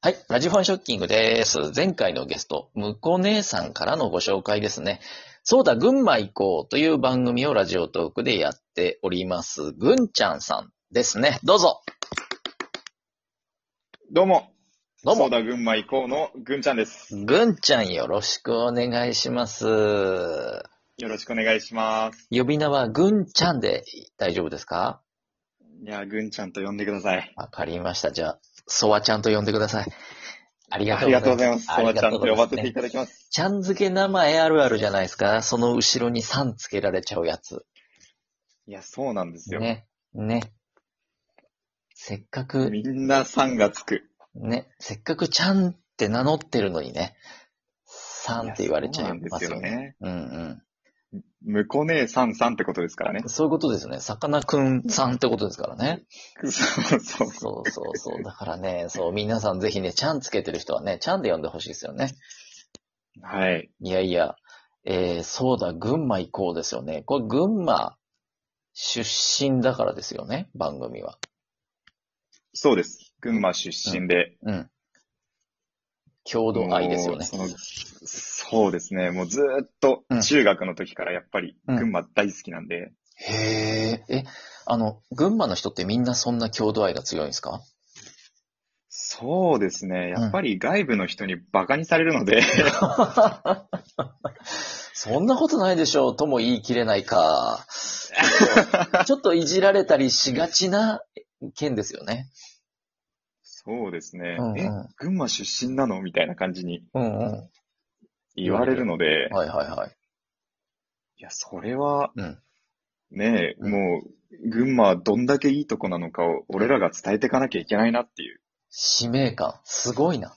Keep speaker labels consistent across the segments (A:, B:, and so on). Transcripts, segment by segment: A: はい。ラジフォンショッキングです。前回のゲスト、むこ姉さんからのご紹介ですね。そうだ、群馬行こうという番組をラジオトークでやっております。ぐんちゃんさんですね。どうぞ。
B: どうも。
A: どうも
B: ソーダ群馬以降のぐんちゃんです。
A: ぐんちゃんよろしくお願いします。
B: よろしくお願いします。
A: 呼び名はぐんちゃんで大丈夫ですか
B: いや、ぐんちゃんと呼んでください。
A: わかりました。じゃあ、ソワちゃんと呼んでください。ありが
B: あ
A: とう
B: り
A: ご
B: がとう
A: ざい
B: ござい
A: ま。
B: ますす。ソーダちゃんと呼ばせてい
A: ね
B: ただきます。
A: ちゃん付け名前あるあるじゃないですか。その後ろにさんつけられちゃうやつ。
B: いや、そうなんですよ。
A: ね。ね。せっかく、
B: みんなさんがつく。
A: ね。せっかくちゃんって名乗ってるのにね。さんって言われちゃいますよね。
B: ね。
A: うんうん。。
B: むこねえさんさんってことですからね
A: そういうことですよね。さかなクンさんってことですからね。
B: そうそう。
A: そうそうそう。だからね、そう、皆さんぜひね、ちゃんつけてる人はね、ちゃんで呼んでほしいですよね。
B: はい。
A: いやいや、えー、そうだ、群馬行こうですよね。これ、群馬出身だからですよね、番組は。
B: そうです。群馬出身で。
A: うん。郷土愛ですよね。
B: もうそのそうですね。もうずーっと
A: うん
B: 中学の時からやっぱり
A: うん
B: 群馬大好きなんで。
A: へえ。え、あの、群馬の人ってみんなそんな郷土愛が強いんです か
B: そうですね。やっぱり外部の人にバカにされるので。
A: そんなことないでしょうとも言い切れない か。ちょっといじられたりしがちな県ですよね。
B: そうですね。
A: うんうん
B: え、群馬出身なのみたいな感じに
A: うんうん。
B: 言われるので、
A: はいはいはい。
B: いや、それは
A: うん。
B: ね、
A: うん
B: もう、群馬はどんだけいいとこなのかを俺らが伝えていかなきゃいけないなっていう。
A: 使命感、すごいな。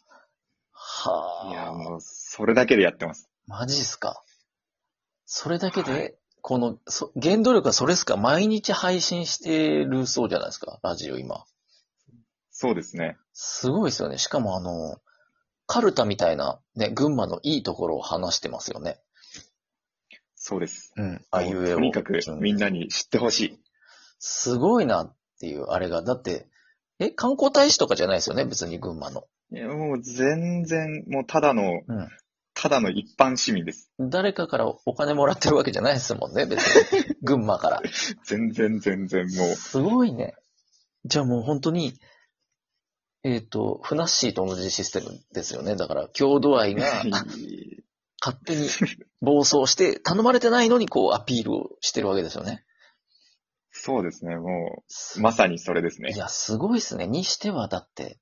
A: はい
B: や、
A: あ、
B: もう、それだけでやってます。
A: マジっすか。それだけで、
B: は
A: このそ、原動力はそれっすか毎日配信してるそうじゃないですか、ラジオ今。
B: そうですね。
A: すごいですよね。しかもあの、カルタみたいな、ね、群馬のいいところを話してますよね。
B: そうです。
A: うん。あいうえを。
B: とにかく
A: うん
B: みんなに知ってほしい。
A: すごいなっていう、あれが。だって、え、観光大使とかじゃないですよね、別に群馬の。
B: いやもう全然、もうただの、
A: う
B: ただの一般市民です。
A: ん。誰かからお金もらってるわけじゃないですもんね、別 に。群馬から。
B: 全然全然もう、
A: すごいね。じゃあもう本当に、えっ、と、ふなっしーと同じシステムですよね。だから、郷土 愛が勝手に暴走して、頼まれてないのにこうアピールをしてるわけですよね。
B: そうですね、もう、まさにそれですね
A: い。や、すごいですね。にしては、だって、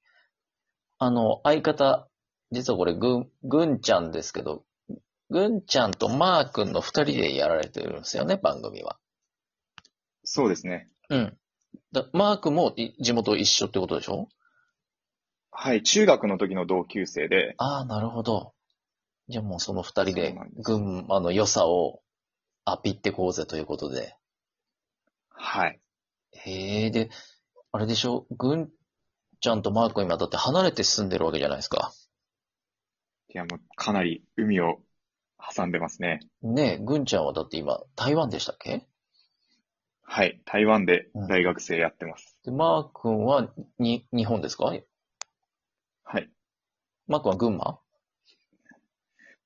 A: あの、相方、実はこれ、ぐん、ぐんちゃんですけど、ぐんちゃんとまーくんの二人でやられてるんですよね、番組は。
B: そうですね。
A: うん。だまーくんもい地元一緒ってことでしょ
B: はい、中学の時の同級生で、
A: ああ、なるほど。じゃあもうその二人
B: そう
A: で
B: なんで、す
A: 群馬の良さをアピってこうぜということで。
B: はい。
A: へえ、で、あれでしょ、ぐんちゃんとまーくん今だって離れて住んでるわけじゃないですか。
B: いや、もうかなり海を挟んでますね。
A: ねえ、ぐんちゃんはだって今、台湾でしたっけ
B: はい、台湾で
A: うん
B: 大学生やってます。
A: で、マー君は、に、日本ですか
B: はい。
A: マー君は群馬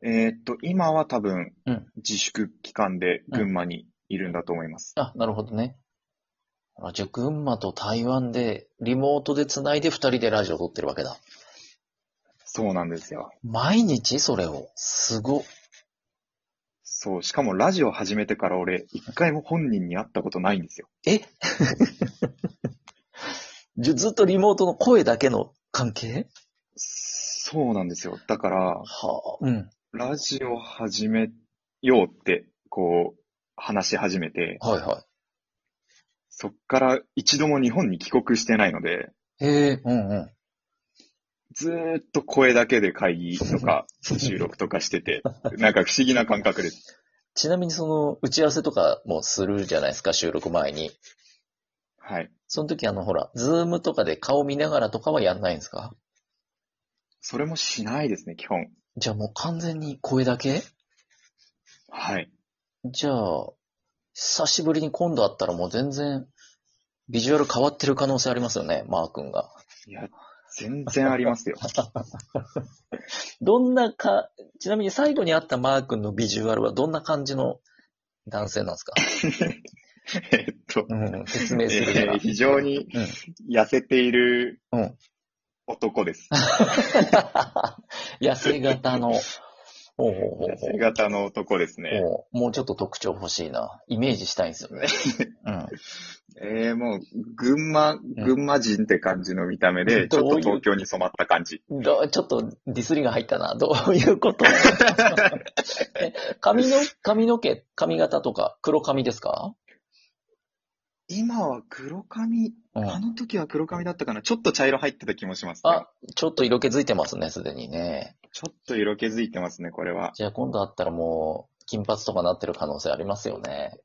B: えーっと、今は多分
A: うん、
B: 自粛期間で群馬にいるんだと思います。
A: あ、なるほどね。あじゃあ、群馬と台湾で、リモートで繋いで二人でラジオ撮ってるわけだ。
B: そうなんですよ。
A: 毎日それを。すご。
B: そう、しかもラジオ始めてから俺、一回も本人に会ったことないんですよ。
A: えじゃずっとリモートの声だけの関係
B: そうなんですよ。だから、
A: はあ、うん。
B: ラジオ始めようって、こう、話し始めて、
A: はいは
B: そっから一度も日本に帰国してないので、
A: い。へえ、うんうん。
B: ずーっと声だけで会議とか収録とかし てて、なんか不思議な感覚です。
A: ちなみにその、打ち合わせとかもするじゃないですか、収録前に。
B: はい。
A: その時あの、ほら、ズームとかで顔見ながらとかはやんないんですか
B: それもしないですね、基本。
A: じゃあもう完全に声だけ
B: はい。
A: じゃあ、久しぶりに今度会ったらもう全然、ビジュアル変わってる可能性ありますよね、マー君が。
B: いや、全然あり ますよ。
A: どんなか、ちなみに最後にあったマー君のビジュアルはどんな感じの男性なんですか
B: えっと、
A: うん、説明するに
B: え
A: は
B: ー。非常に痩せている
A: うん
B: 男です。
A: 痩せ型の。ほうほうほう
B: 痩
A: ほ
B: せ型の男ですね。
A: うもう。もうちょっと特徴欲しいな。イメージしたいんです よね。
B: えー、もう、群馬、群馬人って感じの見た目で、ち
A: どう
B: ょ
A: い
B: っ
A: う
B: と東京に染まった感じ。
A: うん、どちょっとディスりが入ったな。どういうことえ髪の、髪の毛、髪型とか黒髪ですか、
B: 今は黒髪、
A: うん
B: あの時は黒髪だったかなちょっと茶色入ってた気もしますね。
A: あ、ちょっと色気づいてますね、すでにね。
B: ちょっと色気づいてますね、これは。
A: じゃあ今度会ったらもう、金髪とかなってる可能性ありますよね。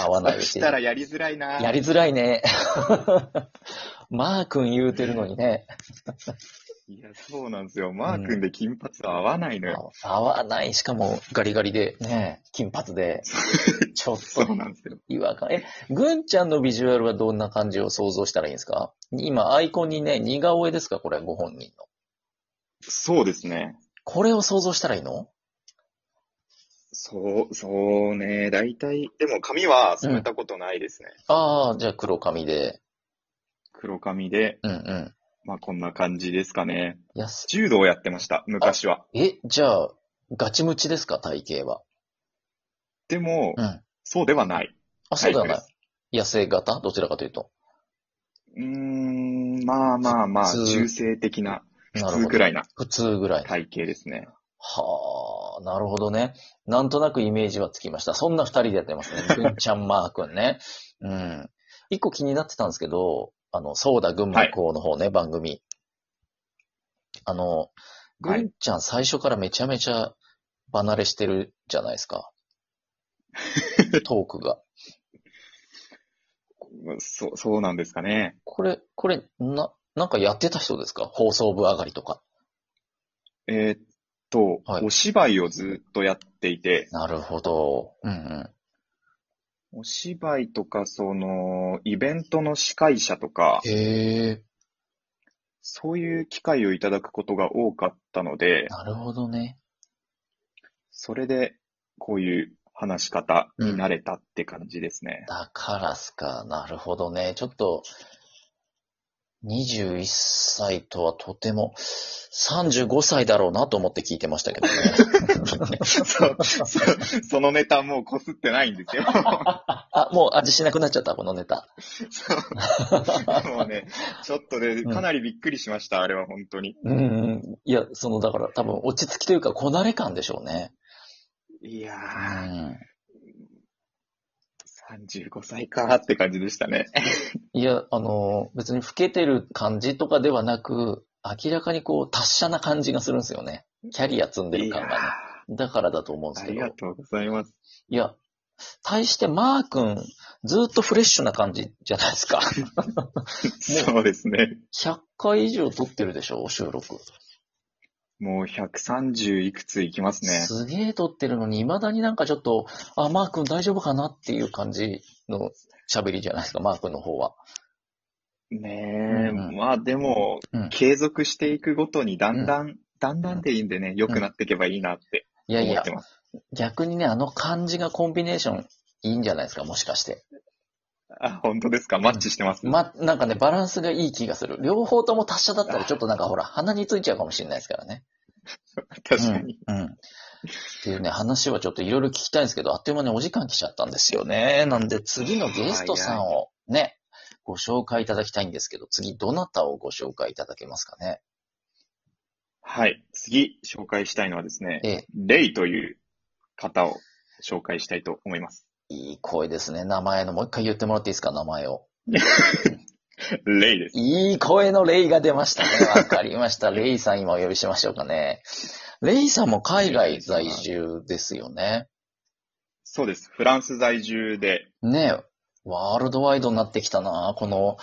A: 合わない
B: し
A: し。
B: たらやりづらいな
A: やりづらいね。マー君言うてるのにね。
B: いや、そうなんですよ。マー君で金髪は合わないのよ。
A: 合わない。しかもガリガリで、ね、金髪 で。ちょっ
B: そ
A: と
B: うなんですよ。
A: 違和感。え、ぐんちゃんのビジュアルはどんな感じを想像したらいいんですか今、アイコンにね、似顔絵ですかこれ、ご本人の。
B: そうですね。
A: これを想像したらいいの
B: そう、そうね。大体。でも髪は染めたことないですね。
A: ああ、じゃあ黒髪で。
B: 黒髪で、
A: うんうん。
B: まあこんな感じですかね。
A: やす
B: 柔道をやってました、昔は。
A: え、じゃあ、ガチムチですか体型は。
B: でも、
A: うん。
B: そうではない。
A: あ、そうでは
B: タ
A: な
B: イ
A: い
B: プで。す
A: 野生型どちらかというと。
B: うーん、まあまあまあ、
A: 普通
B: 中性的な、
A: なる
B: 普通
A: ほ
B: く
A: ど。
B: らいな
A: 普通ぐらい。
B: 体型ですね。
A: はあ、なるほどね。なんとなくイメージはつきました。そんな二人でやってますね。 ぐんちゃんマー君ね。うん。一個気になってたんですけど、あの、そうだ、群馬校の方ね、番組。あの、ぐ
B: はい
A: んちゃん最初からめちゃめちゃ離れしてるじゃないです か。トークが。
B: そう、そうなんですかね。
A: これ、これ、な、なんかやってた人ですか放送部上がりとか。
B: えーっと、
A: はい
B: お芝居をずっとやっていて、
A: なるほど。うんうん。
B: お芝居とか、その、イベントの司会者とか、
A: へえ。
B: そういう機会をいただくことが多かったので、
A: なるほどね。
B: それで、こういう話し方になれたって感じです ね。
A: だからっすか。なるほどね。ちょっと、21歳とはとても、35歳だろうなと思って聞いてましたけど ね。
B: そうそそのネタもうこすってないんです よ。
A: あ、もう味しなくなっちゃった、このネタ。
B: そうもうね、ちょっとね、
A: うん
B: かなりびっくりしました、あれは本当に。
A: うんうん。いや、その、だから多分落ち着きというか、こなれ感でしょうね。
B: いや
A: う
B: ー、
A: ん。
B: 35歳かーって感じでしたね。
A: いや、あの、別に老けてる感じとかではなく、明らかにこう、達者な感じがするんですよね。キャリア積んで
B: い
A: る
B: や
A: 感がね。だからだと思うんで
B: ー
A: す
B: あ
A: け
B: り
A: ど。
B: がとうございます。
A: いや、対してマー君、ずーっとフレッシュな感じじゃない ですか。
B: そうですね。
A: 100回以上撮ってるでしょ、収録。
B: もう130いくついきますね。
A: すげえ撮ってるのに、未だになんかちょっと、あ、マー君大丈夫かなっていう感じの喋りじゃないですか、マー君の方は。
B: ねえ、
A: うんうん
B: まあでも、
A: うん
B: 継続していくごとにだんだん、だんだんでいいんでね、良くなっていけばいいなって
A: いやい
B: 思っ
A: や
B: て、ます。
A: 逆にね、あの感じがコンビネーションいいんじゃないですか、もしかして。
B: あ、本当ですかマッチしてます、
A: ま、なんかね、バランスがいい気がする。両方とも達者だったら、ちょっとなんかほら、鼻についちゃうかもしれないですからね。
B: 確かに。
A: うん。うん。っていうね、話はちょっといろいろ聞きたいんですけど、あっという間にお時間来ちゃったんですよね。なんで次のゲストさんをね、ご紹介いただきたいんですけど、次どなたをご紹介いただけますかね。
B: はい。次、紹介したいのはですね、
A: ええ、
B: レイという方を紹介したいと思います。
A: いい声ですね。名前の、もう一回言ってもらっていいですか、名前を。
B: レイです。
A: いい声のレイが出ましたね。わかりました。レイさん今お呼びしましょうかね。レイさんも海外在住ですよね。
B: そうです。フランス在住で、
A: ねえ、ワールドワイドになってきたな、この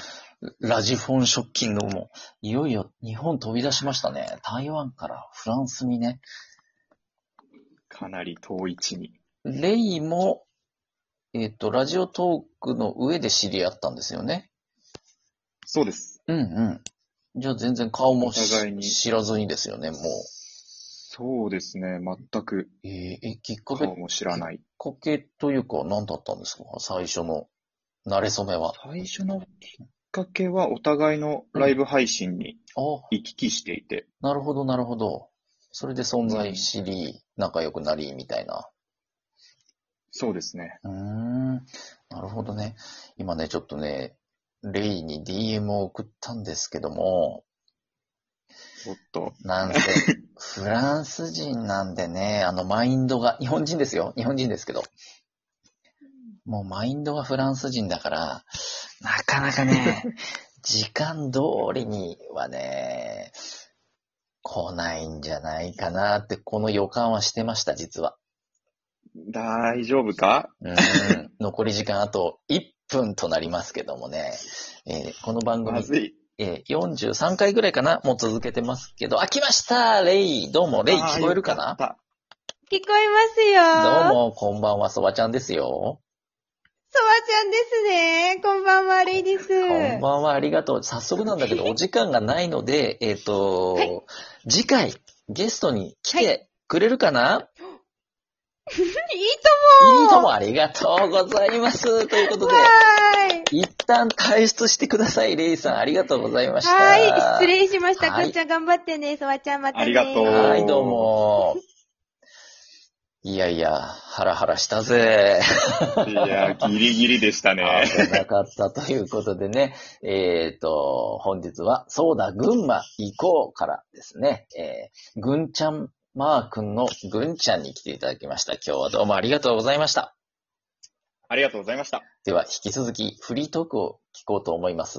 A: ラジフォンショッキングも。いよいよ日本飛び出しましたね。台湾からフランスにね。
B: かなり遠い地に。
A: レイも、えっ、と、ラジオトークの上で知り合ったんですよね。
B: そうです。
A: うんうん。じゃあ全然顔も
B: お互い
A: し
B: に
A: 知らずにですよね、も
B: そうですね。全く
A: う。えーえ、きっかけ、き
B: 顔も知らない。
A: っかけというか何だったんですか最初の、慣れ初めは。
B: 最初のきっかけはお互いのライブ配信に
A: あ、
B: 行き来していて、
A: なるほど、なるほど。それで存在知り、仲良くなり、みたいな。
B: そうですね。
A: うーん、なるほどね。今ね、ちょっとね、レイに DM を送ったんですけども、
B: おっと、
A: なんせ、フランス人なんでね、あの、マインドが、日本人ですよ。日本人ですけど。もう、マインドがフランス人だから、なかなかね、時間通りにはね、来ないんじゃないかなって、この予感はしてました、実は。
B: 大丈夫か
A: うん、残り時間あと1分となりますけどもね、えーこの番
B: ま
A: 組、
B: ずい。
A: えー43回ぐらいかなもう続けてますけど、あ、来ましたレイどうも、レイ
B: あー
A: 聞こえるかな
B: よった
C: 聞こえますよ。
A: どう。も、こんばんは、そばちゃんですよ。
C: そばちゃんですね。こんばんは、レイです。
A: こんばんは、ありがとう。早速なんだけど、お時間がないので、えっ、と、
C: はい
A: 次回、ゲストに来
C: は
A: てくれるかな、
C: いい
A: い、い
C: と
A: と
C: も
A: もありがとうございます。ということで、
C: はーい。
A: 一旦退出してください、レイさん。ありがとうございました。
C: はーい。失礼しました。
A: はい
C: こっちゃん頑張ってね。そばちゃんまたね。
B: ありがとう
A: はい、どうも。いやいや、ハラハラしたぜ。
B: いや、ギリギリでし たね。
A: 危なかったということでね、えっ、と、本日は、そうだ、群馬行こうからですね、えー、群ちゃんマー君の群ちゃんに来ていただきました。今日はどうもありがとうございました。
B: ありがとうございました。
A: では、引き続きフリートークを聞こうと思います。